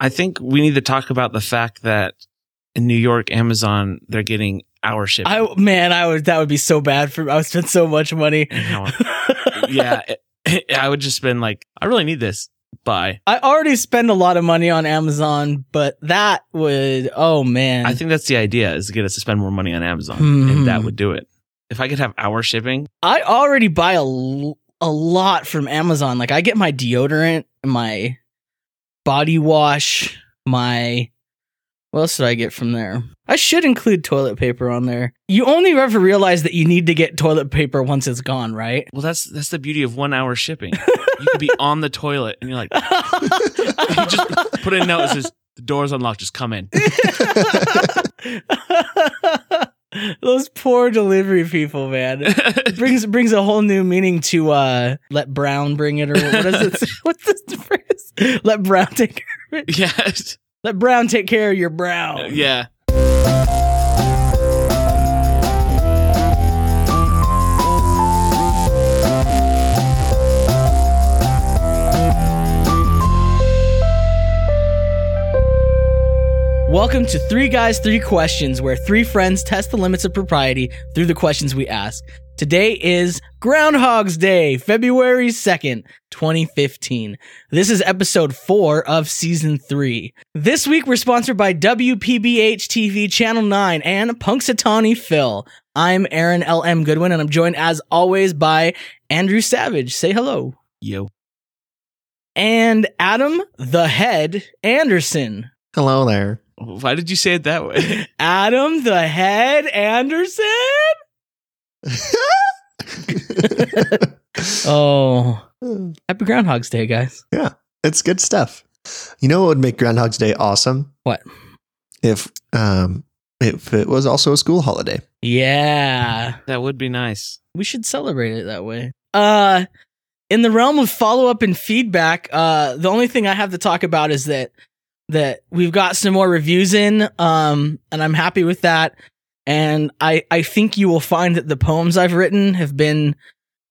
I think we need to talk about the fact that in New York, Amazon, they're getting our shipping. I man, I would that would be so bad for. I would spend so much money. an hour. yeah, I would just been like, I really need this. Bye. I already spend a lot of money on Amazon, but that would oh man. I think that's the idea is to get us to spend more money on Amazon, Hmm. and that would do it. If I could have our shipping, I already buy a, l- a lot from Amazon. Like I get my deodorant, my body wash, my what else did I get from there? I should include toilet paper on there. You only ever realize that you need to get toilet paper once it's gone, right? well, that's that's the beauty of one hour shipping. you could be on the toilet, and you're like, you just put in a note that says the door's unlocked. Just come in. Those poor delivery people, man. It brings brings a whole new meaning to uh let Brown bring it or what what is it? What's this phrase? Let Brown take yes. let Brown take care of your brow. Yeah. Welcome to Three Guys, Three Questions, where three friends test the limits of propriety through the questions we ask. Today is Groundhog's Day, February 2nd, 2015. This is episode four of season three. This week, we're sponsored by WPBH TV Channel 9 and Punxsutawney Phil. I'm Aaron L.M. Goodwin, and I'm joined as always by Andrew Savage. Say hello. Yo. And Adam the Head Anderson. Hello there. Why did you say it that way? Adam the Head Anderson? Oh, happy Groundhog's Day, guys. it's good stuff. You know what would make Groundhog's Day awesome? What? If um if it was also a school holiday. Yeah. that would be nice. We should celebrate it that way. Uh in the realm of follow-up and feedback, uh the only thing I have to talk about is that that we've got some more reviews in um and I'm happy with that. And I I think you will find that the poems I've written have been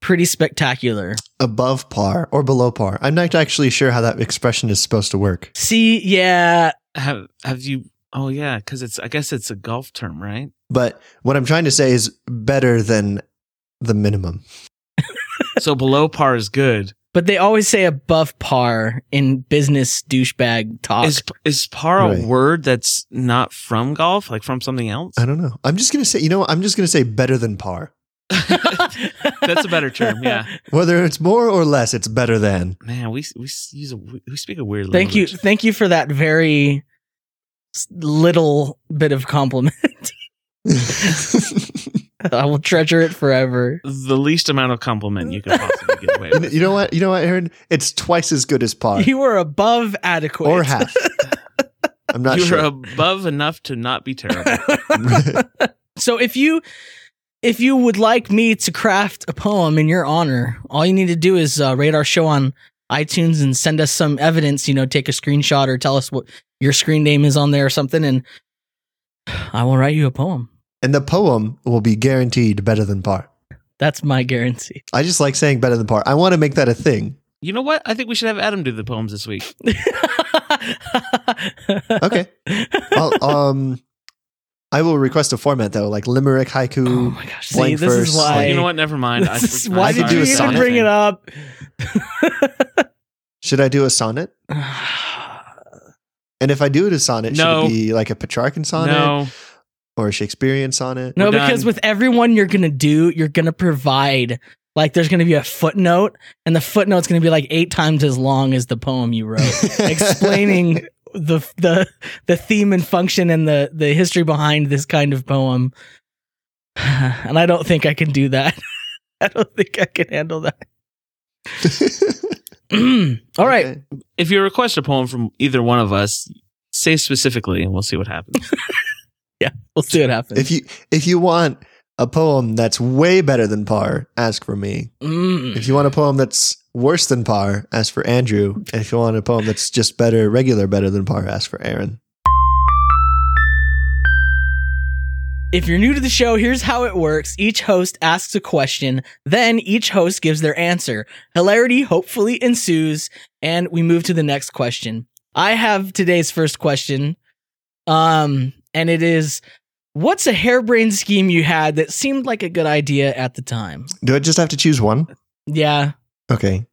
pretty spectacular. Above par or below par. I'm not actually sure how that expression is supposed to work. See, yeah, Have Have you? Oh yeah, because it's. I guess it's a golf term, right? But what I'm trying to say is better than the minimum. So below par is good. but they always say above par in business douchebag talk. Is is par a Right. word that's not from golf, like from something else? I don't know. I'm just gonna say you know what? I'm just gonna say better than par. That's a better term, yeah. Whether it's more or less, it's better than. Man, we we s- use a we we speak a weird. Thank you, language. thank you for that very s- little bit of compliment. you I will treasure it forever. The least amount of compliment you could possibly get away with. know what? You know what, Aaron? It's twice as good as par. You were above adequate, or half. I'm not You're sure. above enough to not be terrible. so if you if you would like me to craft a poem in your honor, all you need to do is uh, rate our show on iTunes and send us some evidence. You know, take a screenshot or tell us what your screen name is on there or something, and I will write you a poem. and the poem will be guaranteed better than par. That's my guarantee. I just like saying better than par. I want to make that a thing. You know what? I think we should have Adam do the poems this week. Okay. Oh I'll, um, I will request a format though, like limerick, Oh haiku. my gosh! See, blank this is verse, why. like- you know what? Never mind. I- This is I'm why I did could sorry. you do a even sonnet bring it up? Should I do a sonnet? And if I do it a sonnet, No. should it be like a Petrarchan sonnet No, or a Shakespearean sonnet? no, We're because done. with everyone you're gonna do, you're gonna provide like there's gonna be a footnote, and the footnote's gonna be like eight times as long as the poem you wrote, explaining the the the theme and function and the the history behind this kind of poem. And I don't think I can do that. I don't think I can handle that. All right. Okay. if you request a poem from either one of us, say specifically, and we'll see what happens. We'll see what happens. If you if you want a poem that's way better than par, ask for me. Mm. If you want a poem that's worse than par, ask for Andrew. And if you want a poem that's just better, regular better than par, ask for Aaron. If you're new to the show, here's how it works. Each host asks a question, then each host gives their answer. Hilarity hopefully ensues, and we move to the next question. I have today's first question. Um, and it is what's a harebrained scheme you had that seemed like a good idea at the time? Do I just have to choose one? Yeah. Okay.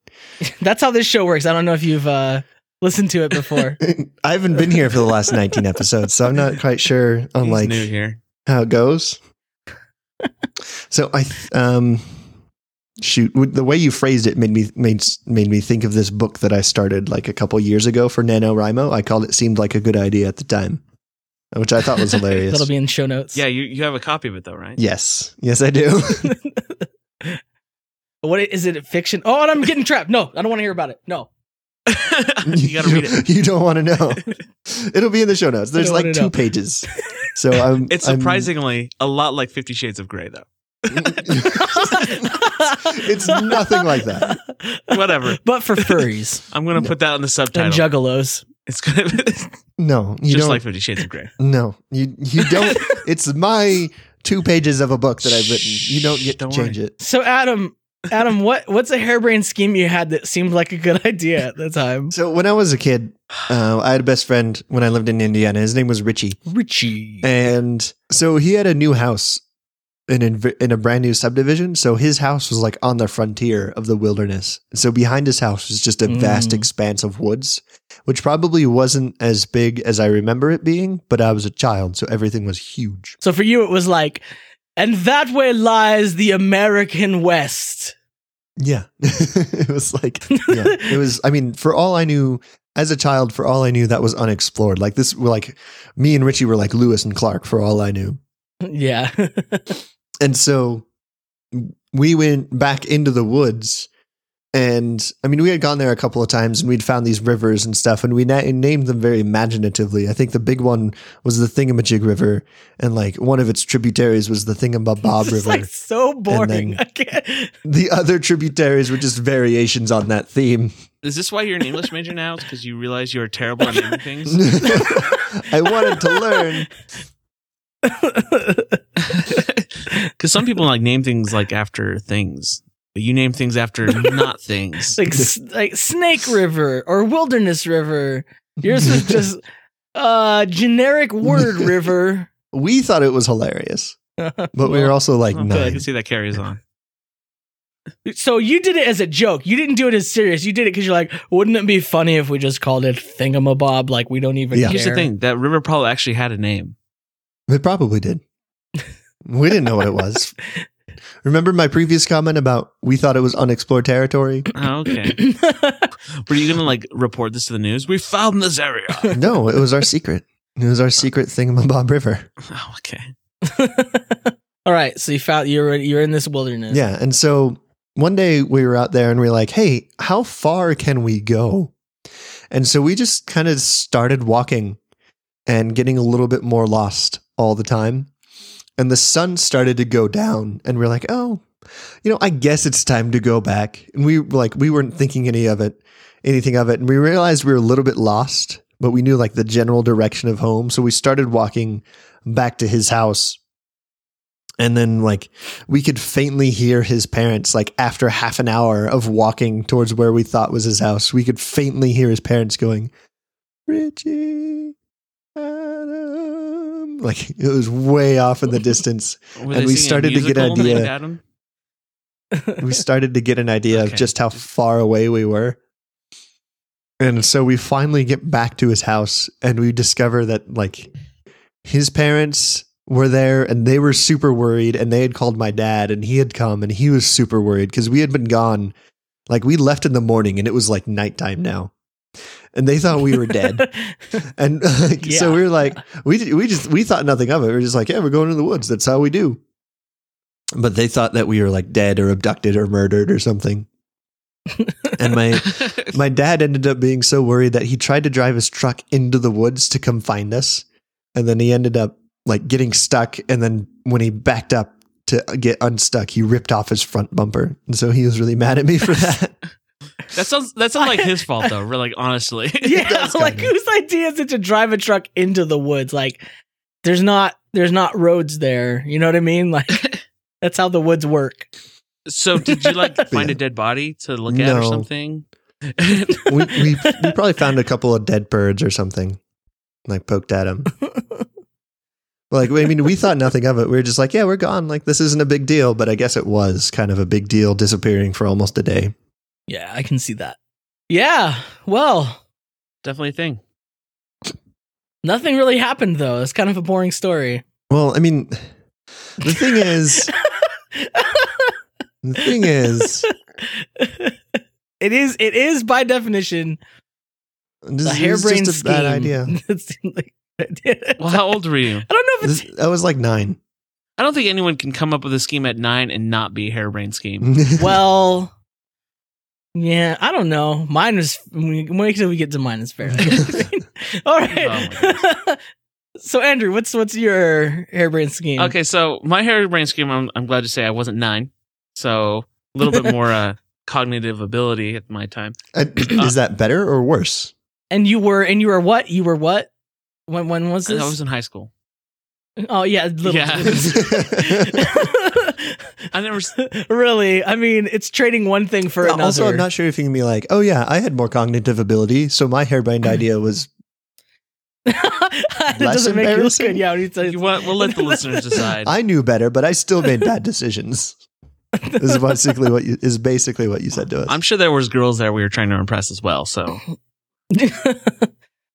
That's how this show works. I don't know if you've uh listened to it before. I haven't been here for the last 19 episodes, so I'm not quite sure on He's like new here. how it goes. so I th- um shoot w- the way you phrased it made me made s- made me think of this book that I started like a couple years ago for NaNoWriMo. I called it seemed like a good idea at the time, which I thought was hilarious. That'll be in show notes. Yeah, you, you have a copy of it though, right? yes. Yes, I do. What i- is it fiction? Oh, and I'm getting trapped. No, I don't want to hear about it. No. you gotta read it. You don't want to know. It'll be in the show notes. There's don't like wanna two know. pages. So I'm It's I'm- surprisingly a lot like Fifty Shades of Grey though. it's nothing like that. Whatever. But for furries I'm gonna No. put that on the subtitle. and juggalos. it's gonna be no, you just don't like Fifty Shades of Grey. No, you you don't. it's my two pages of a book that I've written. You don't get to Don't change it. So Adam, Adam, what what's a harebrained scheme you had that seemed like a good idea at the time? So when I was a kid, uh, I had a best friend when I lived in Indiana. His name was Richie, Richie. and so he had a new house in in, in a brand new subdivision. So his house was like on the frontier of the wilderness. So behind his house was just a vast Mm. expanse of woods, which probably wasn't as big as I remember it being. But I was a child, so everything was huge. So for you it was like and that way lies the American West. Yeah. it was like, yeah. It was, I mean, for all I knew, as a child, for all I knew, that was unexplored. Like, this, like, me and Richie were like Lewis and Clark, for all I knew. Yeah. And so we went back into the woods. And I mean, we had gone there a couple of times and we'd found these rivers and stuff, and we na- named them very imaginatively. I think the big one was the Thingamajig River, and like one of its tributaries was the Thingamabob It's River. like so boring. then- I can't- the other tributaries were just variations on that theme. Is this why you're an English major now? It's because you realize you're terrible at naming things. I wanted to learn. Because some people like name things like after things, but you name things after not things. like s- like Snake River or Wilderness River. Yours was just uh generic word river. we thought it was hilarious, but but we were also like, I feel like I nine. can see that carries on. so you did it as a joke. You didn't do it as serious. You did it because you're like, wouldn't it be funny if we just called it Thingamabob? Like we don't even. Yeah. Care. Here's the thing: that river probably actually had a name. It probably did. We didn't know what it was. Remember my previous comment about we thought it was unexplored territory? Oh, okay. Were you gonna like report this to the news? We found this area. No, it was our secret. It was our secret thingamabob river. oh, okay. All right, so you found you're you're in this wilderness. Yeah. And so one day we were out there and we were like, hey, how far can we go? And so we just kind of started walking and getting a little bit more lost all the time. And the sun started to go down and we are like, oh, you know, I guess it's time to go back. And we like we weren't thinking any of it, anything of it. And we realized we were a little bit lost, but we knew like the general direction of home. So we started walking back to his house. And then like we could faintly hear his parents like after half an hour of walking towards where we thought was his house we could faintly hear his parents going richie adam like it was way off in the distance Were And they singing we a started to get an musical named idea. Adam? we started to get an idea Okay. of just how far away we were and so we finally get back to his house and we discover that like his parents were there and they were super worried and they had called my dad and he had come and he was super worried because we had been gone like we left in the morning and it was like nighttime now and they thought we were dead and like, so Yeah. we were like we we just we thought nothing of it we were just like yeah we're going to the woods that's how we do but they thought that we were like dead or abducted or murdered or something and my my dad ended up being so worried that he tried to drive his truck into the woods to come find us. And then he ended up like getting stuck. And then when he backed up to get unstuck, he ripped off his front bumper. And so he was really mad at me for that. that sounds that sounds like his fault though. We're like honestly. yeah. does Like kinda. whose idea is it to drive a truck into the woods? Like there's not there's not roads there. You know what I mean? Like that's how the woods work. So did you like find Yeah. a dead body to look at or No. something? we, we, we probably found a couple of dead birds or something. Like poked at them. Like I mean, we thought nothing of it. We were just like, yeah, we're gone. Like this isn't a big deal, but I guess it was kind of a big deal disappearing for almost a day. yeah, I can see that. Yeah. Well, Definitely a thing. nothing really happened though. It's kind of a boring story. Well, I mean, the thing is, the thing is, it is it is by definition this, a is harebrained just a bad idea. scheme. It seemed like an idea. Well, how old were you? I don't know if it's This, I was like nine. I don't think anyone can come up with a scheme at nine and not be a harebrained scheme. well. Yeah, I don't know. Mine is wait till we get to mine. It's fair. All right. Oh so Andrew, what's what's your hairbrain Mm. scheme? Okay, so my harebrained scheme, I'm, I'm glad to say I wasn't nine. So a little bit more uh, cognitive ability at my time. Uh, is that better or worse? And you were and you were what? You were what? When when was I this? was in high school. oh yeah, little. I never. s- really? I mean, it's trading one thing for another. also, I'm not sure if you can be like, oh yeah, I had more cognitive ability, so my harebrained idea was. it Less doesn't make you look embarrassing? good. Yeah, when you say You want, we'll let the listeners decide. I knew better, but I still made bad decisions. This is basically what you is basically what you said to us. I'm sure there was girls there we were trying to impress as well. So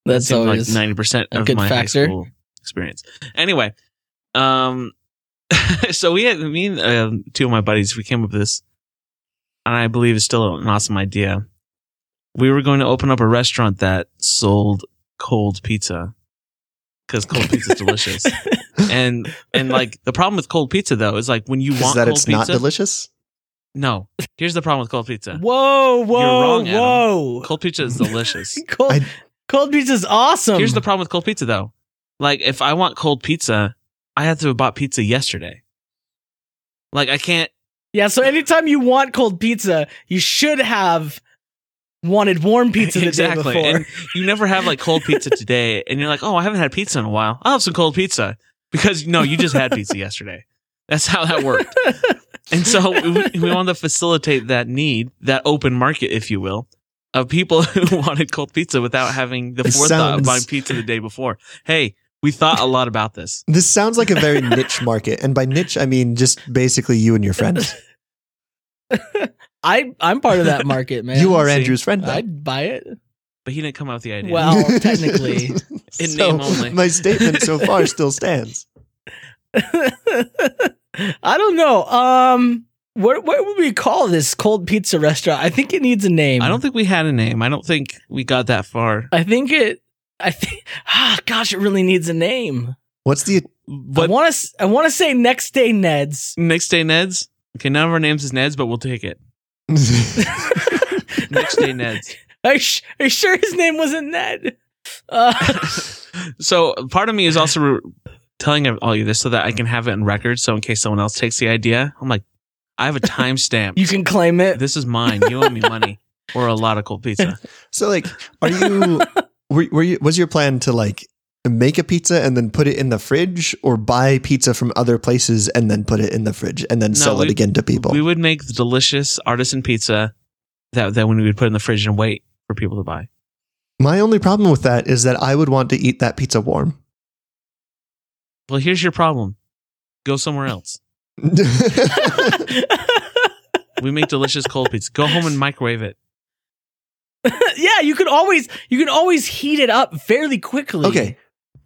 That's seemed like always ninety percent a of good my factor. high school experience. Anyway, um, so we had me and um, two of my buddies. We came up with this, and I believe it's still an awesome idea. We were going to open up a restaurant that sold cold pizza because cold pizza is delicious. And and like the problem with cold pizza though is like when you is want that cold it's pizza, not delicious? no. Here's the problem with cold pizza. Whoa, whoa, uh, wrong, Adam. whoa! Cold pizza is delicious. Cold, I- cold pizza's awesome. Here's the problem with cold pizza though. Like if I want cold pizza, I have to have bought pizza yesterday. Like I can't yeah. So anytime you want cold pizza, you should have wanted warm pizza the exactly. day before. And you never have like cold pizza today, and you're like, oh, I haven't had pizza in a while. I'll have some cold pizza because no, you just had pizza yesterday. That's how that worked. And so we, we wanted to facilitate that need, that open market, if you will, of people who wanted cold pizza without having the It forethought of sounds- buying pizza the day before. Hey, we thought a lot about this. This sounds like a very niche market, and by niche I mean just basically you and your friends. I I'm part of that market, man. you are see. Andrew's friend. though. I'd buy it. But he didn't come up with the idea. Well, technically. Oh, In So, name only. My statement so far still stands. I don't know. Um, what what would we call this cold pizza restaurant? I think it needs a name. I don't think we had a name. I don't think we got that far. I think it. I think. Ah, gosh, it really needs a name. What's the I But want to. I want to say next day Ned's. next day, Ned's. Okay, none of our names is Ned's, but we'll take it. Next day, Ned's. Are you, sh- are you sure his name wasn't Ned? Uh, So part of me is also re- telling all you this so that I can have it in record. So in case someone else takes the idea, I'm like, I have a timestamp. you can claim it. This is mine. You owe me money or a lot of cold pizza. so like? Are you? Were, were you? Was your plan to like make a pizza and then put it in the fridge, or buy pizza from other places and then put it in the fridge and then No, sell we- it again to people? We would make the delicious artisan pizza that that when we would put in the fridge and wait for people to buy. my only problem with that is that I would want to eat that pizza warm. Well, here's your problem. Go somewhere else. We make delicious cold pizza. Go home and microwave it. yeah, you can always you can always heat it up fairly quickly. okay.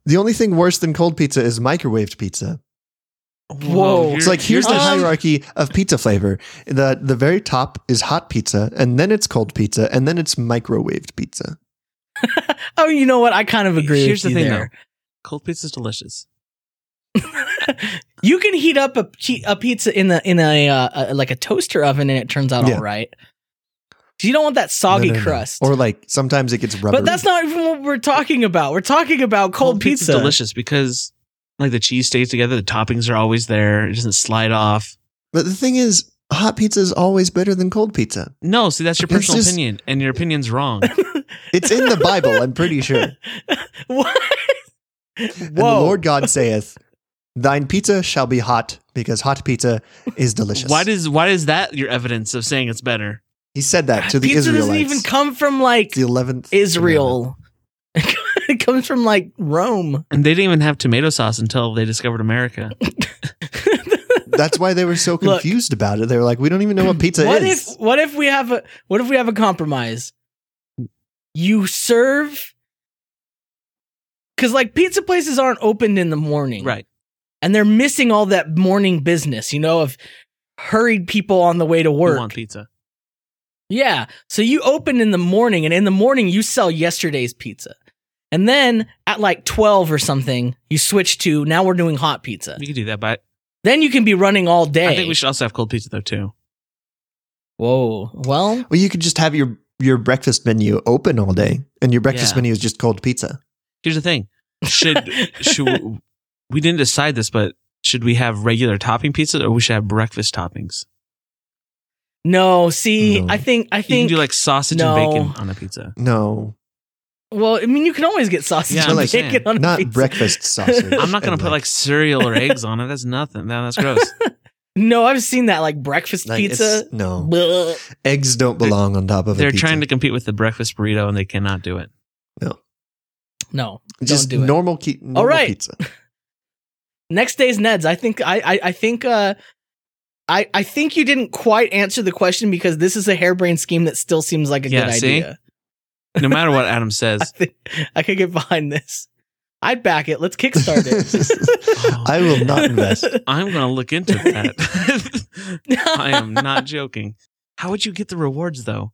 The only thing worse than cold pizza is microwaved pizza. Whoa. here- It's like here's the Um, hierarchy of pizza flavor. The the very top is hot pizza, and then it's cold pizza, and then it's microwaved pizza. Oh, you know what? I kind of agree. Here's with the you thing, there. cold pizza's delicious. you can heat up a, chi- a pizza in the in a, uh, a like a toaster oven and it turns out Yeah. all right. 'Cause You don't want that soggy No, no, no. crust. Or like sometimes it gets rubbery. but that's not even what we're talking about. We're talking about cold, pizza's pizza. delicious because like the cheese stays together, the toppings are always there. It doesn't slide off. But the thing is, hot pizza is always better than cold pizza. No, see that's your It's personal just- opinion, and your opinion's wrong. It's in the Bible, I'm pretty sure. And what? the Whoa. Lord God saith, "Thine pizza shall be hot, because hot pizza is delicious." why does why is that your evidence of saying it's better? He said that to the Pizza Israelites. doesn't even come from like It's the eleventh Israel. it comes from like Rome. And they didn't even have tomato sauce until they discovered America. That's why they were so Look. confused about it. They were like, "We don't even know what pizza what is." if what if we have a what if we have a compromise? You serve because like pizza places aren't opened in the morning, right. And they're missing all that morning business, you know, of hurried people on the way to We work. want pizza. Yeah. So you open in the morning, and in the morning you sell yesterday's pizza. And then at like 12 or something, you switch to now we're doing hot pizza. We could do that, but Then you can be running all day. I think we should also have cold pizza though too. Whoa. Well, Well, you could just have your your breakfast menu open all day, and your breakfast Yeah. menu is just cold pizza. Here's the thing: should should we didn't decide this, but should we have regular topping pizzas or we should have breakfast toppings? no, see, No. I think, I You can think, do like sausage no. and bacon on a pizza. No, well, I mean, you can always get sausage Yeah, and I'm just bacon saying. on a not pizza. breakfast sausage. I'm not gonna And, put like cereal or eggs on it. That's nothing. No, that's gross. No, I've seen that like breakfast like, pizza. it's- No, Blah. eggs don't They're- belong on top of. They're a pizza. trying to compete with the breakfast burrito and they cannot do it. No. just do it. normal, ki- normal right. pizza. Next day's Ned's. I think I I, I think uh I, I think you didn't quite answer the question because this is a harebrained scheme that still seems like a Yeah, good see? idea. No matter what Adam I says. think I could get behind this. I'd back it. Let's kickstart it. Oh, I will not invest. I'm gonna look into that. I am not joking. How would you get the rewards though?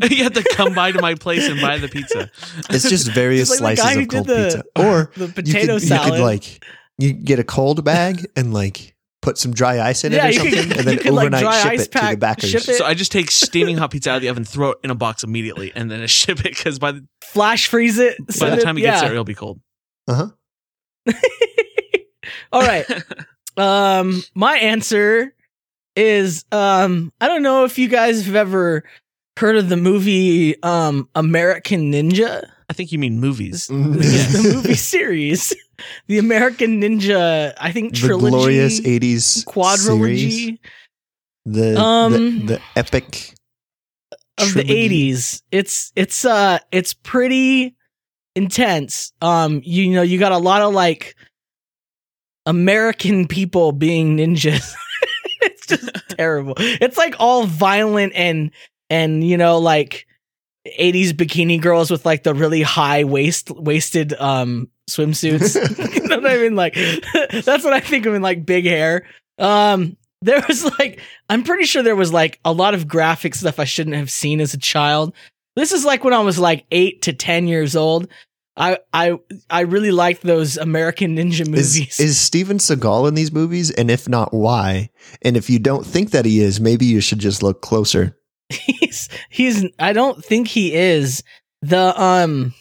you have to come by to my place and buy the pizza. It's just various It's like the guy slices who did of cold the- pizza, or the you potato could, you could, salad. like you get a cold bag and like put some dry ice in Yeah, it or you could- something, you and then could, like, overnight dry ship ice it to the pack- backers. ship it- So I just take steaming hot pizza out of the oven, throw it in a box immediately, and then I ship it because by the, flash freeze it. by send the time it gets yeah. there, it'll be cold. All right. Um, my answer is um, I don't know if you guys have ever heard of the movie um American Ninja. I think you mean movies. Mm. It's the movie series, the American Ninja. I think the trilogy, glorious '80s quadrilogy series. the, Um, the the epic of the trilogy. eighties. It's it's uh it's pretty intense. Um, you, know, you got a lot of like American people being ninjas. it's just terrible. It's like all violent and and you know like eighties bikini girls with like the really high waist waisted um swimsuits. you know what I mean? Like that's what I think of in like big hair. Um, there was like I'm pretty sure there was like a lot of graphic stuff I shouldn't have seen as a child. This is like when I was like eight to ten years old. I I I really liked those American Ninja movies. Is, is Steven Seagal in these movies? And if not, why? And if you don't think that he is, maybe you should just look closer. he's he's I don't think he is the um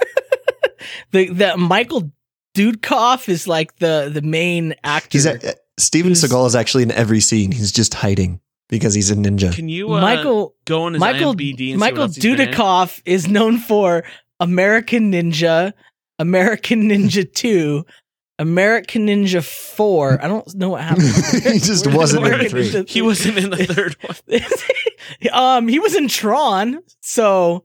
the the Michael Dudkoff is like the the main actor. He's a, uh, Steven Who's- Seagal is actually in every scene. He's just hiding because he's a ninja. Can you uh, Michael Michael go on his Michael IMDb and Michael see what else he's been in? Dudikoff is known for American Ninja, American Ninja Two, American Ninja Four. I don't know what happened. He just wasn't in American three. Ninja He wasn't in the third one. um, he was in Tron, so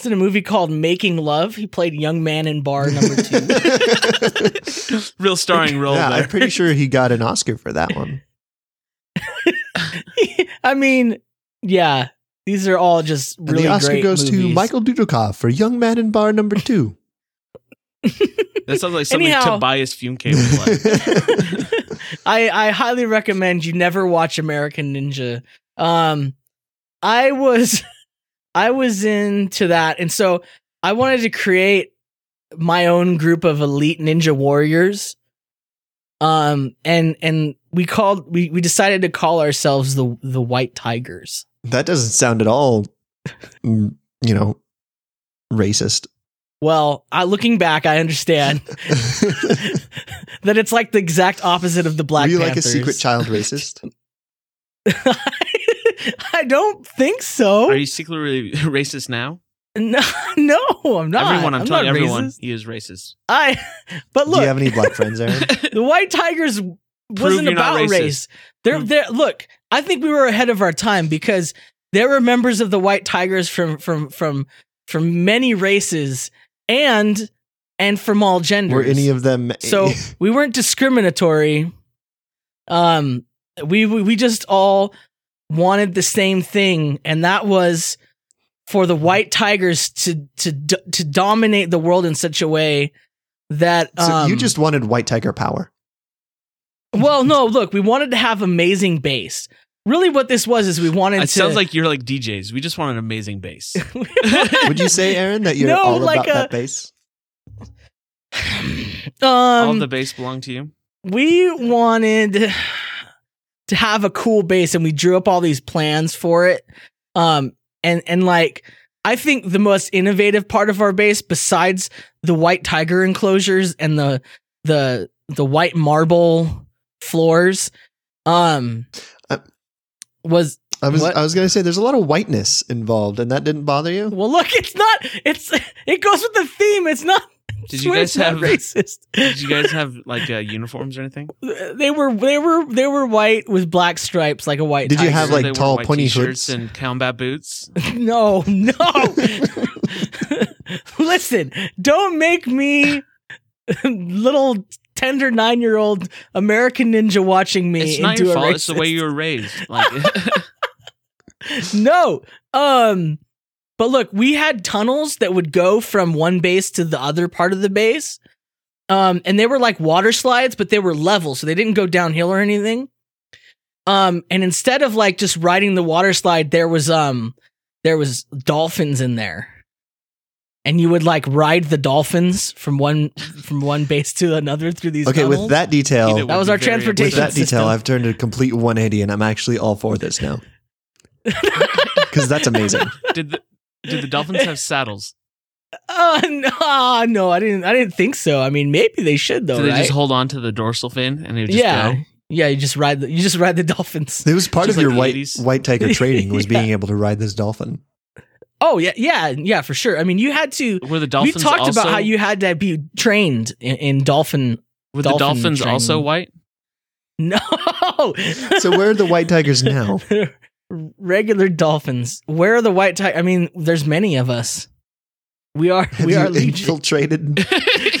it's in a movie called Making Love. He played young man in bar number two. Real starring Oh, role yeah, there. I'm pretty sure he got an Oscar for that one. I mean, yeah, these are all just And really the Oscar great goes to movies. Michael Dudikoff for Young Man in Bar Number Two. that sounds like something Anyhow. Tobias Fumke would like. I I highly recommend you never watch American Ninja. Um, I was I was into that, and so I wanted to create my own group of elite ninja warriors. Um, and and we called we we decided to call ourselves the the White Tigers. that doesn't sound at all, mm, you know, racist. Well, I, looking back, I understand that it's like the exact opposite of the Black Were you like a Panthers. secret child racist? I don't think so. Are you secretly racist now? No, no, I'm not. everyone, I'm, telling not everyone, racist. he is racist. I, but Do look, you have any black friends, Aaron? the White Tigers wasn't you're not about racist. race. They're, Prove- they're, look, I think we were ahead of our time because There were members of the White Tigers from from from from many races and and from all genders. Were any of them so we weren't discriminatory. Um, we we we just all wanted the same thing, and that was for the white tigers to to do- to dominate the world in such a way that So um, you just wanted white tiger power. well no look we wanted to have amazing bass. Really, what this was is we wanted It to sounds like you're like DJs. We just want an amazing bass. Would you say, Aaron, that you're No, all like uh, about a- that bass? All of um the bass belong to you. we wanted to have a cool base and we drew up all these plans for it um and and like i think the most innovative part of our base besides the white tiger enclosures and the the the white marble floors um Uh, was I was What? I was gonna say there's a lot of whiteness involved, and that didn't bother you. well look it's not it's it goes with the theme it's not Did you it's guys not have- racist Did you guys have like uh, uniforms or anything? they were they were they were white with black stripes like a white Did you tiger. have, So like, they wore tall, white pointy t-shirts hoods? and combat boots? No, no. Listen, don't make me little tender nine year old American ninja watching me It's not into your a fault. racist. It's the way you were raised. Like, No. Um but look, we had tunnels that would go from one base to the other part of the base. Um and they were like water slides, but they were level, so they didn't go downhill or anything. Um and instead of like just riding the water slide, there was um there was dolphins in there. And you would like ride the dolphins from one from one base to another through these Okay, tunnels. with that detail, Either that was would our be very- with transportation that system. detail, I've turned a complete 180, and I'm actually all for this now. Because that's amazing. did the did the dolphins have saddles? Oh no, oh, no, I didn't I didn't think so. I mean maybe they should though. Did they right? just hold on to the dorsal fin and they would just yeah, go? yeah. You just ride the you just ride the dolphins. It was part Just like of your the white 80s. white tiger training was Yeah. being able to ride this dolphin. Oh yeah, yeah, yeah, for sure. I mean, you had to. Were the dolphins we talked also, about how you had to be trained in, in dolphin. were the dolphin dolphins training. also white? No, So where are the white tigers now? regular dolphins. Where are the white tiger? I mean, there's many of us. We are Have we you are legion. infiltrated.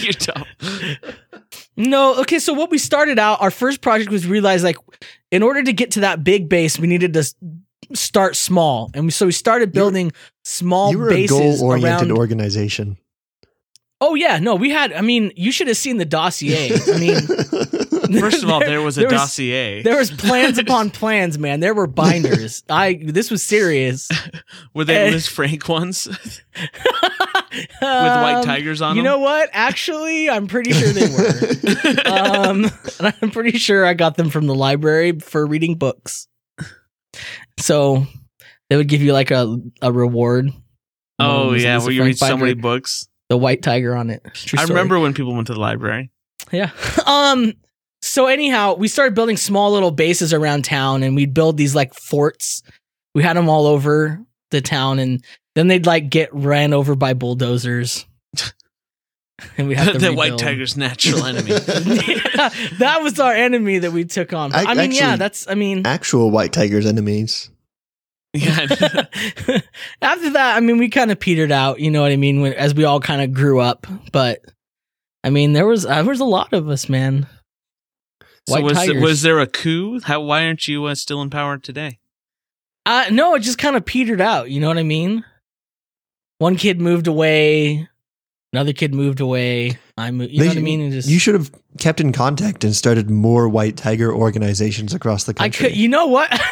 You're dumb. No, okay. So what we started out, our first project was realize like, in order to get to that big base, we needed to s- start small, and we, so we started You were- building small You were a bases goal-oriented around organization. Oh yeah, no, we had. I mean, you should have seen the dossier. I mean, First of all, there was a there was- dossier. there was plans upon plans, man. There were binders. I this was serious. were they eh. Liz Frank ones with With white tigers on Um, You them? know what? Actually, I'm pretty sure they were. um, and I'm pretty sure I got them from the library for reading books. So they would give you like a a reward. oh Um, yeah, there's a where you Frank read so binder, many books. The white tiger on it. True I story. remember when people went to the library. Yeah. Um. So anyhow, we started building small little bases around town, and we'd build these like forts. We had them all over the town, and then they'd like get ran over by bulldozers. and we had to the white rebuild. tiger's natural enemy. Yeah, that was our enemy that we took on. But, I, I- mean, yeah, actually- that's. I mean, Actual white tigers enemies. yeah, I know. after that, I mean, we kind of petered out. You know what I mean? When, as we all kind of grew up, but I mean, there was uh, there was a lot of us, man. so was tigers. was there a coup? How why aren't you uh, still in power today? Uh, no, it just kind of petered out. You know what I mean? One kid moved away, another kid moved away. I moved. You They- know what I mean? It just, You should have kept in contact and started more white tiger organizations across the I country. could. You know what?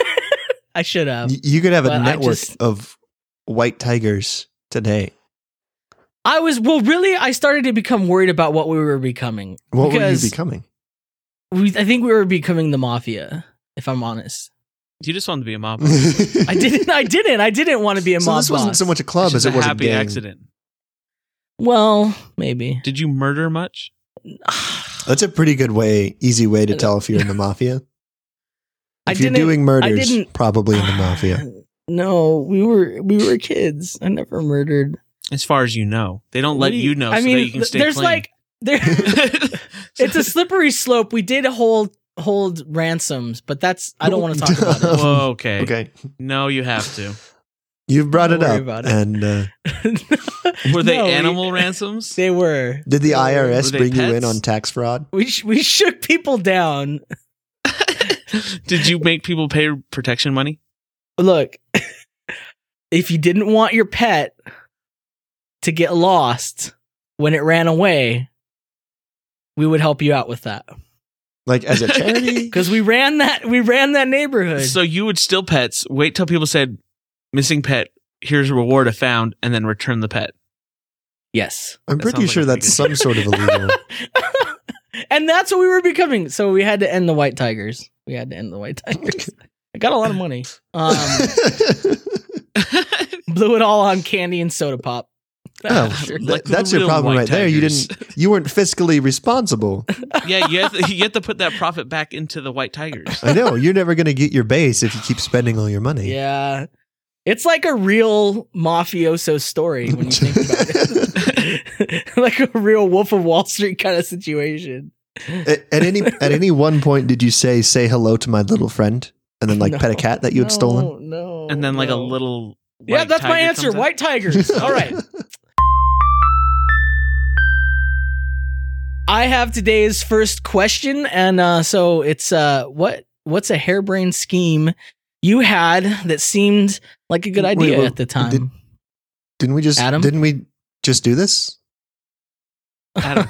I should have. Y- you could have a but I network just- of white tigers today. I was well. Really, I started to become worried about what we were becoming. What because were you becoming? We, I think we were becoming the mafia. If I'm honest, You just wanted to be a mob. boss. I I didn't. I didn't. I didn't want to be a So mob this wasn't boss. so much a It's club just as it a was happy a gang. accident. well, maybe. Did you murder much? That's a pretty good way, easy way to tell if you're in the mafia. Uh, I If you're didn't- doing murders, didn't- probably in the mafia. No, we were we were kids. I never murdered. As far as you know, they don't let We- you know. I so mean, that you can th- stay there's clean. like there. it's a slippery slope. We did hold hold ransoms, but that's I don't want to talk about it. Whoa, okay. Okay. No, you have to. You've brought Don't it worry up. about it. And uh, Were they No, we- animal ransoms? They were. did the Were they IRS bring you in pets? on tax fraud? We sh- we shook people down. Did you make people pay protection money? Look, if you didn't want your pet to get lost when it ran away, we would help you out with that. Like as a charity? Because we ran that we ran that neighborhood. So you would steal pets, wait till people said missing pet, here's a reward I found, and then return the pet. yes. I'm That pretty sounds like sure a that's some pretty sort of illegal. and that's what we were becoming. So we had to end the white tigers. We had to end the white tigers. I got a lot of money. Um, blew it all on candy and soda pop. Oh, Sure. th- Like the that's your real problem white right there. You tigers. didn't. You weren't fiscally responsible. yeah, you have, to, you have to put that profit back into the white tigers. I know you're never going to get your base if you keep spending all your money. Yeah. It's like a real mafioso story when you think about it. like a real Wolf of Wall Street kind of situation. At, at any at any one point, did you say "say hello to my little friend" and then like No. pet a cat that you had No, stolen? No. And then like a Oh, no. little. Yeah, white that's my tiger answer. comes out. White tigers. All right. I have today's first question, and uh, so it's uh, what what's a harebrained scheme you had that seemed like a good Wait, idea wait, at the time? did- Didn't we just? Adam? Didn't we just do this? Adam.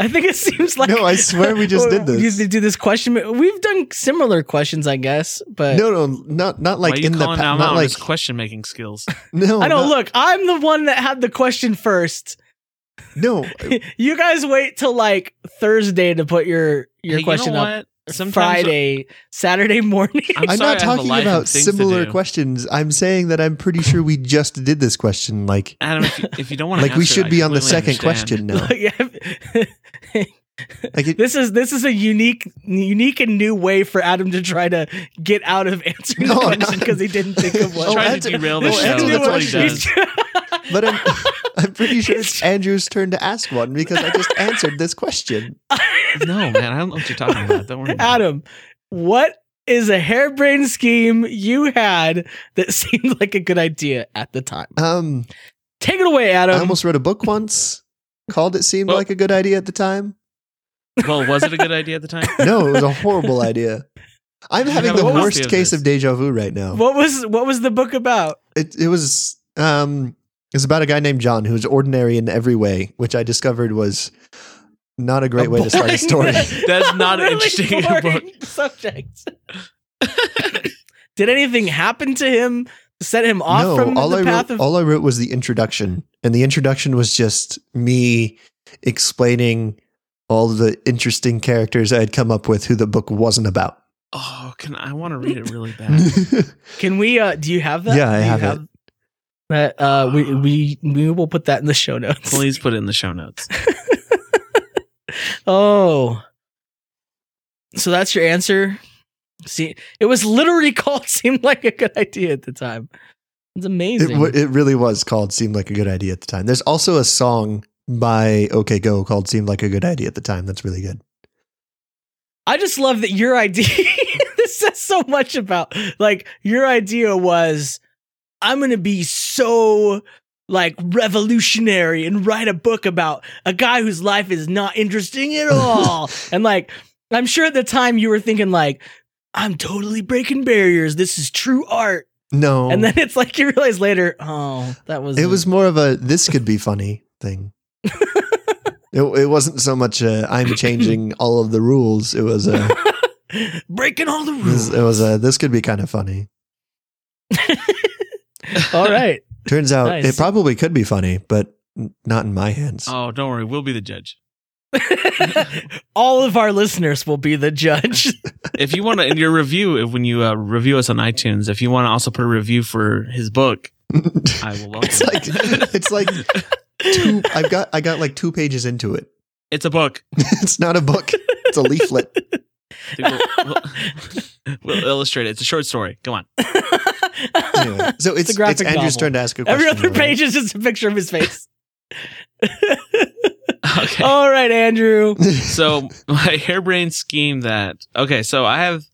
I think it seems like No, I swear we just did this. You did do this question. We've done similar questions, I guess, but No, no, not not Why like are you in the calling pa- out not on like his question making skills? no. I not- don't look. I'm the one that had the question first. No, you guys wait till like Thursday to put your your Hey, you question know up. What? Sometimes Friday, Saturday morning. I'm, I'm sorry, not I have a talking life and about things to similar do. questions. I'm saying that I'm pretty sure we just did this question. Like, Adam, if you, if you don't want to, like we should be on the second question now. Look, yeah. Like, it, this is this is a unique unique and new way for Adam to try to get out of answering No, the question not- because he didn't think of He's what. Oh, trying answer- to derail the this is show. the That's what he question. does. but I'm, I'm pretty sure it's Andrew's turn to ask one because I just answered this question. No, man, I don't know what you're talking about. Don't worry. about it. Adam, what is a harebrained scheme you had that seemed like a good idea at the time? Um, Take it away, I Adam. almost wrote a book once. Called it seemed Um, Well- like a good idea at the time. Well, was it a good idea at the time? No, it was a horrible idea. I'm You having have a the copy worst of case this. of deja vu right now. what was what was the book about? it it was um it's about a guy named John who's ordinary in every way, which I discovered was not a great way to start a story. Boring- That's not an interesting boring subject. Did anything happen to him? to Set him off from all the I path wrote, of all I wrote was the introduction, and the introduction was just me explaining all the interesting characters I had come up with who the book wasn't about. Oh, can I want to read it really bad? yeah, Can we? Uh, do you have that? I Do you have, it. that. Uh, we we we will put that in the show notes. Please put it in the show notes. Oh, so that's your answer. See, it was literally called. Seemed like a good idea at the time. It's It, amazing. wa- it really was called "Seemed Like a Good Idea" at the time. There's also a song by OK Go called "Seemed Like a Good Idea" at the time. That's really good. I just love that your idea. this says so much about like your idea was I'm gonna be so like revolutionary and write a book about a guy whose life is not interesting at all. and like I'm sure at the time you were thinking like I'm totally breaking barriers. This is true art. No, And then it's like you realize later, oh, that was Oh. it was more of a this could be funny thing. it, it wasn't so much i I'm changing all of the rules. It was a breaking all the it was, rules. it was a this could be kind of funny. all right. Turns out Nice. it probably could be funny, but n- not in my hands. Oh, don't worry. We'll be the judge. all of our listeners will be the judge. If you want to, in your review, if, when you uh, review us on iTunes, if you want to also put a review for his book, it's I will welcome like it. it's like two. I've got I got like two pages into it. it's a book. It's not a book. It's a leaflet. I think We'll, we'll- we'll illustrate it. It's a short story. Come on. Anyway, so it's, a it's, graphic Andrew's novel. turn to ask a question. Every other right? page is just a picture of his face. Okay. All right, Andrew. so my harebrained scheme that okay so i have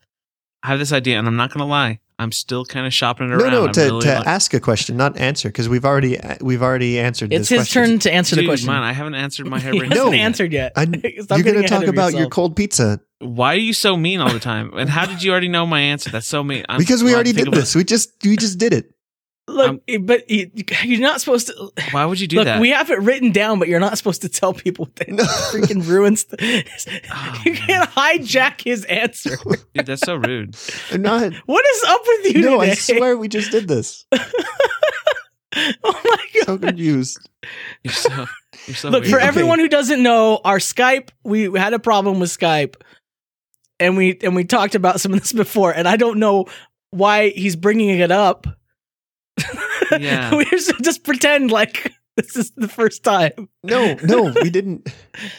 i have this idea and i'm not gonna lie I'm still kind of shopping it No, around. no, I'm to, really to like- ask a question, not answer, because we've already we've already answered. It's this his question. turn to answer Dude, the question. man, I haven't answered my he hairbrain. hasn't No. answered yet. I- Stop You're getting going to ahead talk of about your yourself. cold pizza Why are you so mean all the time? And how did you already know my answer? That's so mean. I'm because glad we to already think did about this. We just we just did it. Look, but you, you're not supposed to. it. Why would you do Look, that? we have it written down, but you're not supposed to tell people that No. freaking ruins. The, Oh, you man. can't hijack his answer. Dude, that's so rude. I'm not. What is up with you no, today? I swear we just did this. Oh my god! So confused. You're so, you're so Look, weird. for Okay. everyone who doesn't know, our Skype, we had a problem with Skype. And we and we talked about some of this before, and I don't know why he's bringing it up. Yeah. we should just pretend like this is the first time. No, no, we didn't.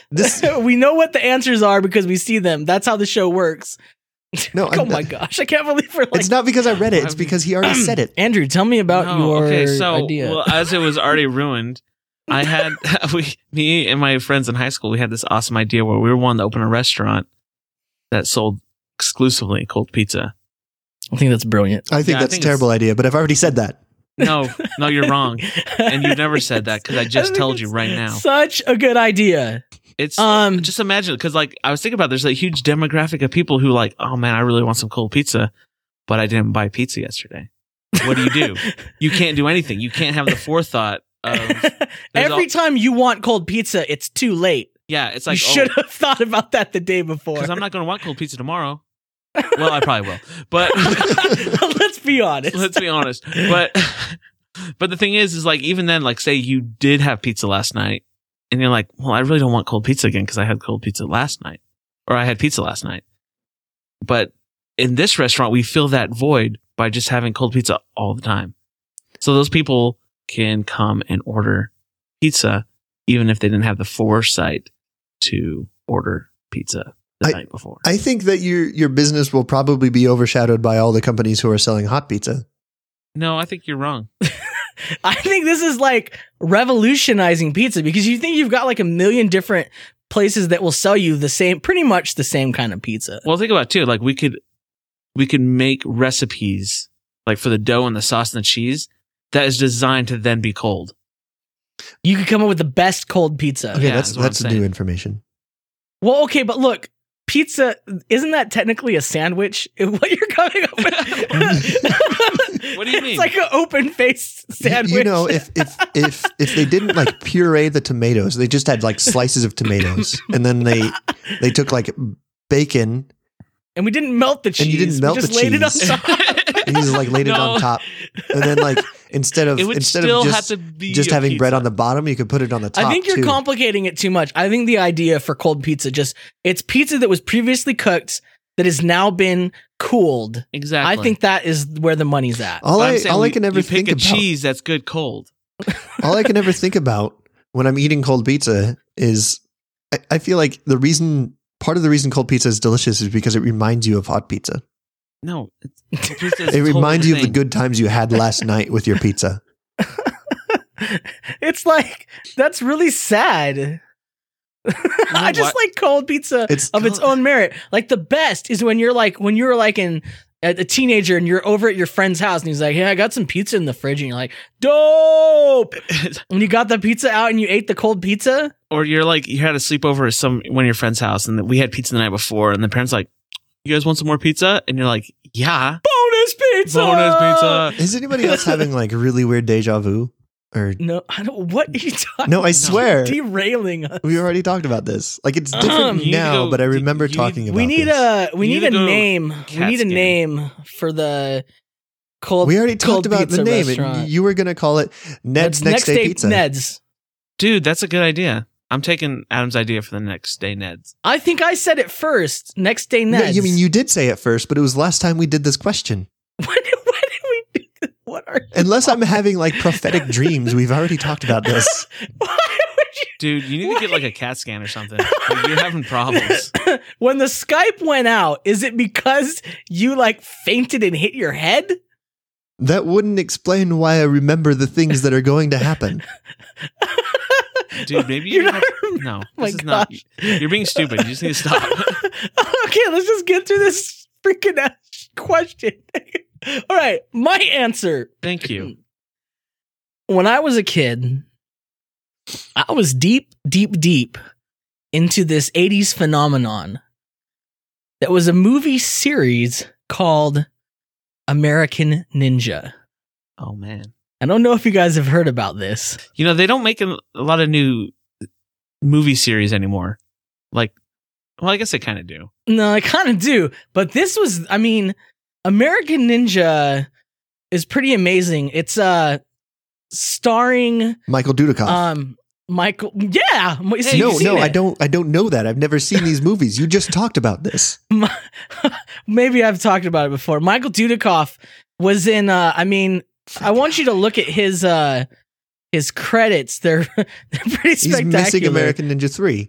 This we know what the answers are because we see them. That's how the show works. no. I- oh my gosh, I can't believe we're like It's not because I read it. It's because he already said it. Andrew. Tell me about No, your okay, so, idea. Well, as it was already ruined, I had we me and my friends in high school, we had this awesome idea where we were wanting to open a restaurant that sold exclusively cold pizza. I think that's brilliant. I think Yeah, I that's think a terrible idea, but I've already said that. No, no, you're wrong. And you've never said that 'cause I just think told you it's right now. Such a good idea. It's Um, just imagine because like I was thinking about there's a huge demographic of people who like, oh man, I really want some cold pizza, but I didn't buy pizza yesterday. What do you do? you can't do anything. You can't have the forethought of Every all- time you want cold pizza, it's too late. yeah. It's like you oh, should have thought about that the day before. because I'm not going to want cold pizza tomorrow. Well, I probably will, but Let's be honest. let's be honest. But but the thing is, is like even then, like say you did have pizza last night, and you're like, well, I really don't want cold pizza again because I had cold pizza last night, or I had pizza last night. But in this restaurant, we fill that void by just having cold pizza all the time. So those people can come and order pizza, even if they didn't have the foresight to order pizza the I- night before. I think that your your business will probably be overshadowed by all the companies who are selling hot pizza. no, I think you're wrong. I think this is like revolutionizing pizza because you think you've got like a million different places that will sell you the same, pretty much the same kind of pizza. Well, think about it too. Like we could, we could make recipes like for the dough and the sauce and the cheese that is designed to then be cold. You could come up with the best cold pizza. Okay, Oh, Yeah, that's that's what I'm that's new saying. information. Well, okay, but look, pizza isn't that technically a sandwich? What you're coming up with? What do you mean? It's like an open faced Y- sandwich. You know, if if if if they didn't like puree the tomatoes, they just had like slices of tomatoes, and then they they took like bacon and we didn't melt the cheese. you didn't melt we just the laid it on cheese. top. and he just like laid it No. on top, and then like instead of It would instead still of just have to be just a having bread pizza. on the bottom, you could put it on the top. I think you're too. complicating it too much. I think the idea for cold pizza just it's pizza that was previously cooked that has now been cooled. exactly. Oh. I think that is where the money's at. all But I I'm saying all I we- can ever you pick think a about cheese that's good cold. all I can ever think about when I'm eating cold pizza is I, I feel like the reason part of the reason cold pizza is delicious is because it reminds you of hot pizza. No, it's- cold pizza is it a cold reminds you of the thing. good times you had last night with your pizza. it's like that's really sad. I just like cold pizza It's of its Cold- own merit. Like the best is when you're like when you're like in a a teenager and you're over at your friend's house and he's like, "Hey, I got some pizza in the fridge," and you're like, "Dope!" And you got the pizza out and you ate the cold pizza. or you're like you had a sleepover at some one of your friend's house, and we had pizza the night before, and the parents like, "You guys want some more pizza?" And you're like, "Yeah, Bonus pizza. bonus pizza." is anybody else having like really weird deja vu? Or No, I don't. What are you talking? no, I swear derailing us. we already talked about this. Like it's Um, different you need to now, go- but I you- remember you talking need- about. We need this. a we You need, need to a go name. We need a Catskill. name for the cold. We already cold talked about pizza the name. restaurant. And you were gonna call it Ned's That's Next, Day, Pizza. Ned's. Dude, that's a good idea. I'm taking Adam's idea for the next day, Ned's. I think I said it first. Next day, No, Ned's. you mean you did say it first, but it was last time we did this question. When, when did we? do this? What are? Unless I'm having like prophetic dreams, we've already talked about this. Why would Dude, you need to get like a CAT scan or something. Like, you're having problems. you? when the Skype went out, is it because you like fainted and hit your head? Oh That wouldn't explain why I remember the things that are going to happen. Dude, maybe You're you not. Oh have, No, my this is not. You're being stupid. You just need to stop. okay, let's just get through this freaking ass question. All right, my answer. Thank you. When I was a kid, I was deep, deep, deep into this 80s phenomenon that was a movie series called American Ninja. Oh man. I don't know if you guys have heard about this. You know, they don't make a, a lot of new movie series anymore. Like well, I guess they kind of do. No, I kind of do. But this was, I mean, American Ninja is pretty amazing. It's uh starring Michael Dudikoff. um Michael. Yeah, m- so Hey, you've no, seen no, I it. don't. I don't know that. I've never seen these movies. You just talked about this. Maybe I've talked about it before. Michael Dudikoff was in. uh I mean, I want you to look at his uh his credits. They're they're pretty He's spectacular. Uh, missing American Ninja Three.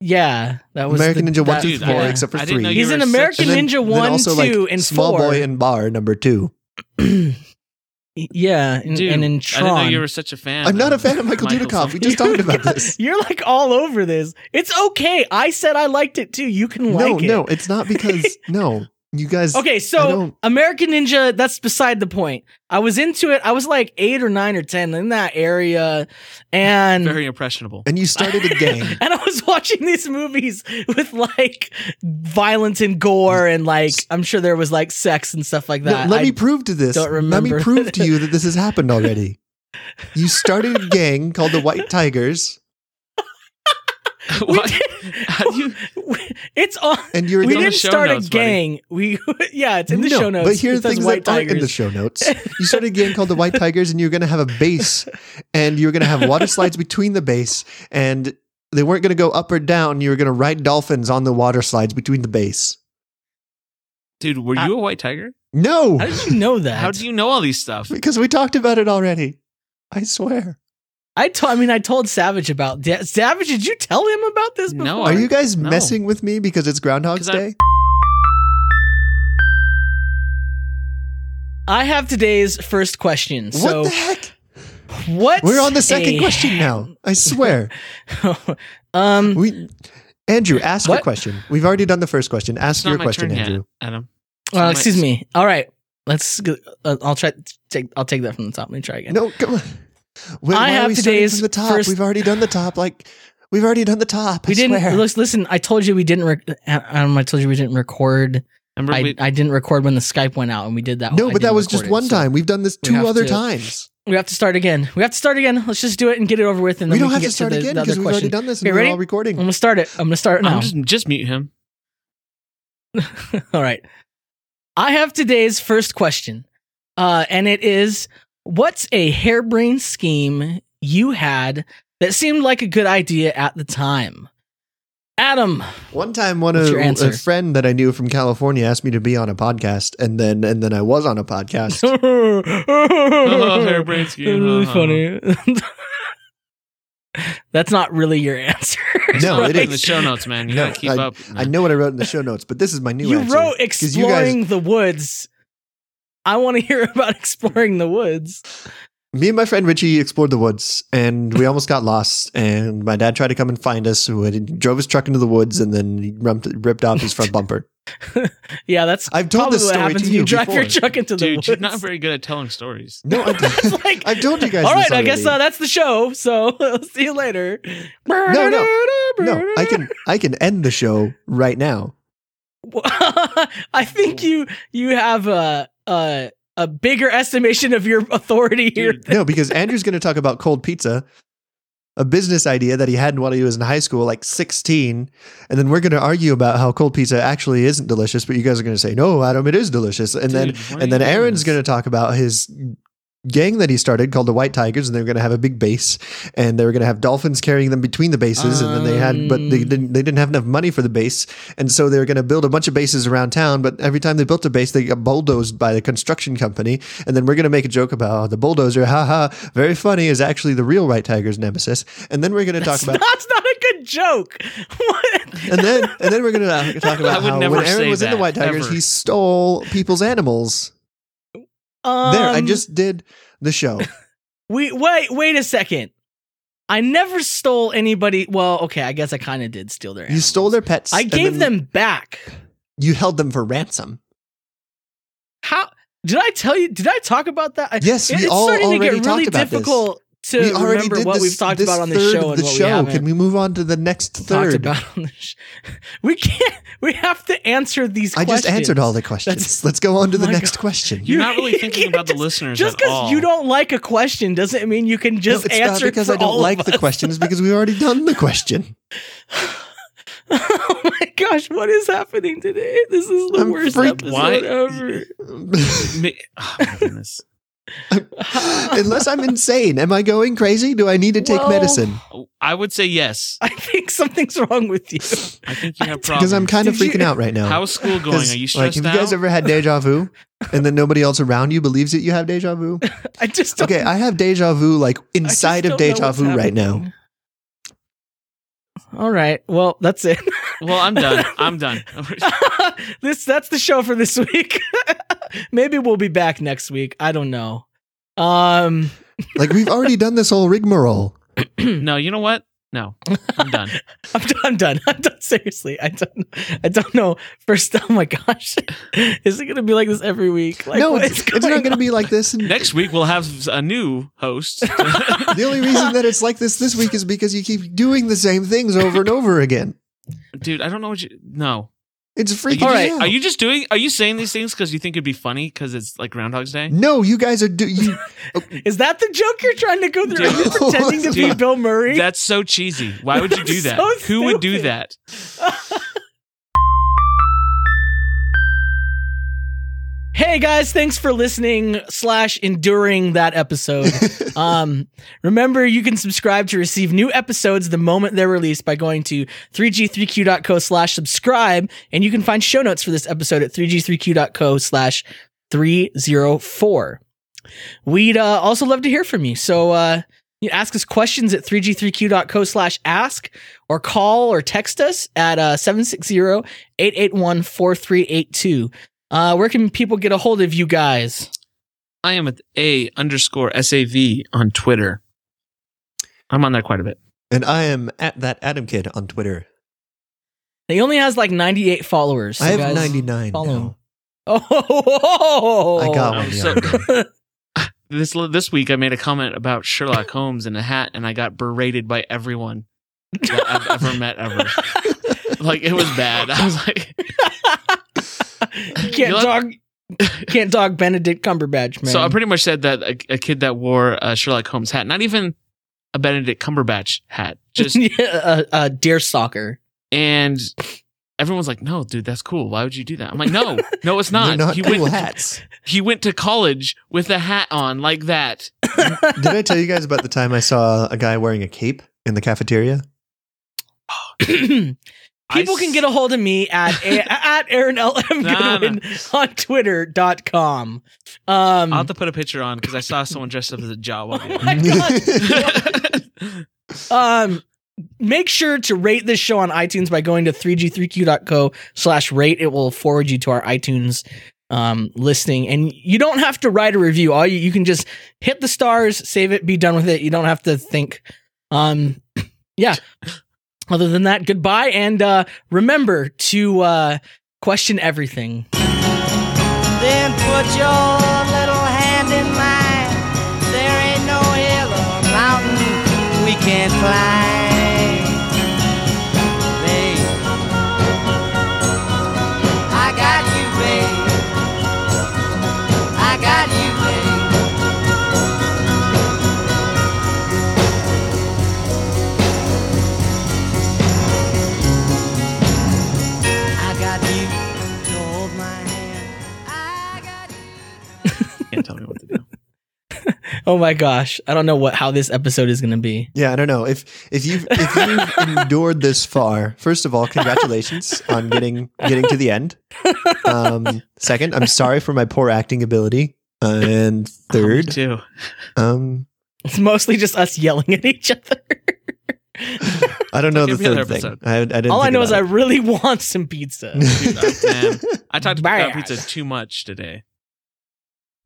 Yeah, that was American Ninja one, that- two, Dude, four, I- except for I didn't three. know you He's were in such- American And Ninja and then one, two, and Small four. Boy and Bar number two. yeah, and, Dude, and in I didn't know Tron. you were such a fan. I'm not a fan of Michael Michael Dudikoff. We something. just talked about this. You're like all over this. It's okay. I said I liked it too. You can like No, it. no, it's not because no, you guys. Okay, I so don't- American Ninja, that's beside the point. I was into it. I was like eight or nine or 10 in that area. And. Very impressionable. and you started a gang. and I was watching these movies with like violence and gore, and like I'm sure there was like sex and stuff like No, that. let I- me prove to this. don't Let remember. me prove to you that this has happened already. You started a gang called the White Tigers, we What? How do you- did- it's on. and you're We in the didn't show start notes, a buddy. gang. We yeah, it's in the no, show notes. But here are It says things White that aren't in the Tigers. show notes. You started a game called the White Tigers, and you were going to have a base, and you were going to have water slides between the base, and they weren't going to go up or down. You were going to ride dolphins on the water slides between the base. Dude, were you a white tiger? No, How did you know that? How do you know all these stuff? because we talked about it already. I swear. I told. I mean, I told Savage about da- Savage. Did you tell him about this before? No, Are you guys no. messing with me because it's Groundhog's 'Cause I'm- Day? I have today's first question. So what the heck? what? We're on the second question now. I swear. now. um. We Andrew, ask What? your question. We've already done the first question. Ask It's your not my question, turn Andrew. yet, Adam. Well, my- excuse me. All right. Let's. Go, uh, I'll try. Take, I'll take that from the top. Let me try again. No, come on. Wait, I why are have we starting today's from the top. first- We've already done the top. Like we've already done the top. I we didn't. swear. lis- Listen, I told you we didn't. Rec- um, I told you we didn't record. Remember, I, we, I didn't record when the Skype went out, and we did that. no, I but that didn't was record just it, one so time. We've done this we have two other to- times. We have to start again. We have to start again. Let's just do it and get it over with, and We then we, don't can have get to start to the, again the because other we've question. already done this Okay, and we're ready? Mm-hmm. all I'm recording. gonna start it. I'm gonna start it now. I'm just just mute him. All right. I have today's first question, uh, and it is What's a harebrained scheme you had that seemed like a good idea at the time? Adam, One time, one What's a, your answer? a friend that I knew from California asked me to be on a podcast, and then and then I was on a podcast. harebrained Uh-huh, Oh, harebrained scheme, uh-huh. Really huh, funny. That's not really your answer. No, Put it it is. in the show notes, man. You No, gotta keep up. I know what I wrote in the show notes, but this is my new you answer. wrote 'cause you guys- exploring the woods. I want to hear about exploring the woods. Me and my friend Richie explored the woods and we almost got lost. And my dad tried to come and find us. So he drove his truck into the woods and then he rumped, ripped off his front bumper. Yeah, that's I've told probably this what story happens to when you you drive your before. truck into the Dude, woods. you're not very good at telling stories. No, I, It's like, I've told you guys. all right, this I guess already. uh, that's the show. So see you later. No, no. No, I can I can end the show right now. I think you you have a a a bigger estimation of your authority here. Dude, No, because Andrew's going to talk about cold pizza, a business idea that he had while he was in high school, like sixteen, and then we're going to argue about how cold pizza actually isn't delicious. But you guys are going to say, "No, Adam, it is delicious," and then and then Aaron's going to talk about his gang that he started called the White Tigers, and they were going to have a big base, and they were going to have dolphins carrying them between the bases, and then they had, but they Um. didn't, they didn't have enough money for the base, and so they were going to build a bunch of bases around town. But every time they built a base, they got bulldozed by the construction company, and then we're going to make a joke about oh, the bulldozer, haha, very funny, is actually the real White Tigers nemesis, and then we're going to talk about. That's not a good joke. What? And then, and then we're gonna I talk about would how never when say Aaron was in the that, White Tigers, ever. he stole people's animals. Um, there, I just did the show. we wait. Wait a second. I never stole anybody. Well, okay, I guess I kind of did steal their. You animals. stole their pets. I and gave then them back. You held them for ransom. How did I tell you? Did I talk about that? I- Yes, it- we it's all starting to already get really talked about this. difficult to we already remember did what this, we've talked this about on the third show of and the what we show. haven't Can we move on to the next third? talked about on the sh- We can't. We have to answer these. I just questions. answered all the questions. That's- Oh Let's go on to the my next God. question. You- You're not really you thinking can't about the just- listeners Just at all. because you don't like a question doesn't mean you can just no, it's answer not because for I don't all like of the us. question. It's because we've already done the question. oh my gosh, what is happening today? This is the I'm worst freaked. episode Why- ever. Me- oh, my goodness. Unless I'm insane, am I going crazy? Do I need to take Well, medicine? I would say yes. I think something's wrong with you. I think you have Because problems. I'm kind of Did you- freaking out right now. How's school going? Are 'Cause, you like, stressed have out? you guys ever had deja vu? And then nobody else around you believes that you have deja vu. I just don't, Okay, I have deja vu like I just inside of don't know deja what's vu right now. happening. All right. Well, that's it. well, I'm done. I'm done. this that's the show for this week. Maybe we'll be back next week. I don't know. Um Like we've already done this whole rigmarole. no, you know what? No, I'm done. I'm done. I'm done. I'm done. Seriously, I don't. I don't know. First, oh my gosh, is it gonna be like this every week? Like, no, what it's, is it's not going to be like this. And Next week we'll have a new host. the only reason that it's like this this week is because you keep doing the same things over and over again. Dude, I don't know what you. No. It's Are you, freaking just, right. out. are you just doing? Are you saying these things because you think it'd be funny? Because it's like Groundhog's Day. no, you guys are do you on? Is that the joke you're trying to go through? Are you Dude. pretending to be Dude. Bill Murray? That's so cheesy. Why would you do That's that? so Who would do stupid. that? hey guys, thanks for listening slash enduring that episode. um, remember, you can subscribe to receive new episodes the moment they're released by going to 3g3q.co slash subscribe. And you can find show notes for this episode at 3g3q.co slash 304. We'd uh, also love to hear from you. So, uh, you can ask us questions at 3g3q.co slash ask or call or text us at uh, 760-881-4382. Uh, where can people get a hold of you guys? I am at a underscore sav on Twitter. I'm on there quite a bit. and I am at that Adam kid on Twitter. He only has like 98 followers. so I have guys- 99 follow now. Oh, I got one. Oh, the so- other day. This this week I made a comment about Sherlock Holmes in a hat, and I got berated by everyone that I've ever met ever. Like it was bad. I was like, you You can't know- dog, can't dog Benedict Cumberbatch, man. so I pretty much said that a, a kid that wore a Sherlock Holmes hat, not even a Benedict Cumberbatch hat, just yeah, a, a deer stalker. and everyone's like, "No, dude, that's cool. Why would you do that?" I'm like, "No, no, it's They're not. not he cool went hats. he went to college with a hat on like that." Did I tell you guys about the time I saw a guy wearing a cape in the cafeteria? People I can s- get a hold of me at a, at Aaron L M Nah, Goodwin on Twitter.com. Um, I'll have to put a picture on because I saw someone dressed up as a Jawa. Oh my God. um make sure to rate this show on itunes by going to 3g3q.co slash rate it will forward you to our itunes um listing and you don't have to write a review all you, you can just hit the stars save it be done with it you don't have to think um yeah other than that goodbye and uh remember to uh question everything Then put your little hand in mine. There ain't no hill or mountain we can't climb. Babe, I got you, babe. I got you, babe. I got you to hold my hand. I got you. Can't tell me what to do. oh my gosh i don't know what how this episode is gonna be Yeah, I don't know. If if you've if you've endured this far, first of all, congratulations on getting getting to the end. Um, second, I'm sorry for my poor acting ability. And Oh, Me third, too. um, it's mostly just us yelling at each other I don't know the every other third thing. episode. I, I didn't All I think know is I about really want some pizza. it. Dude, I- man, I talked about Bad. pizza too much today.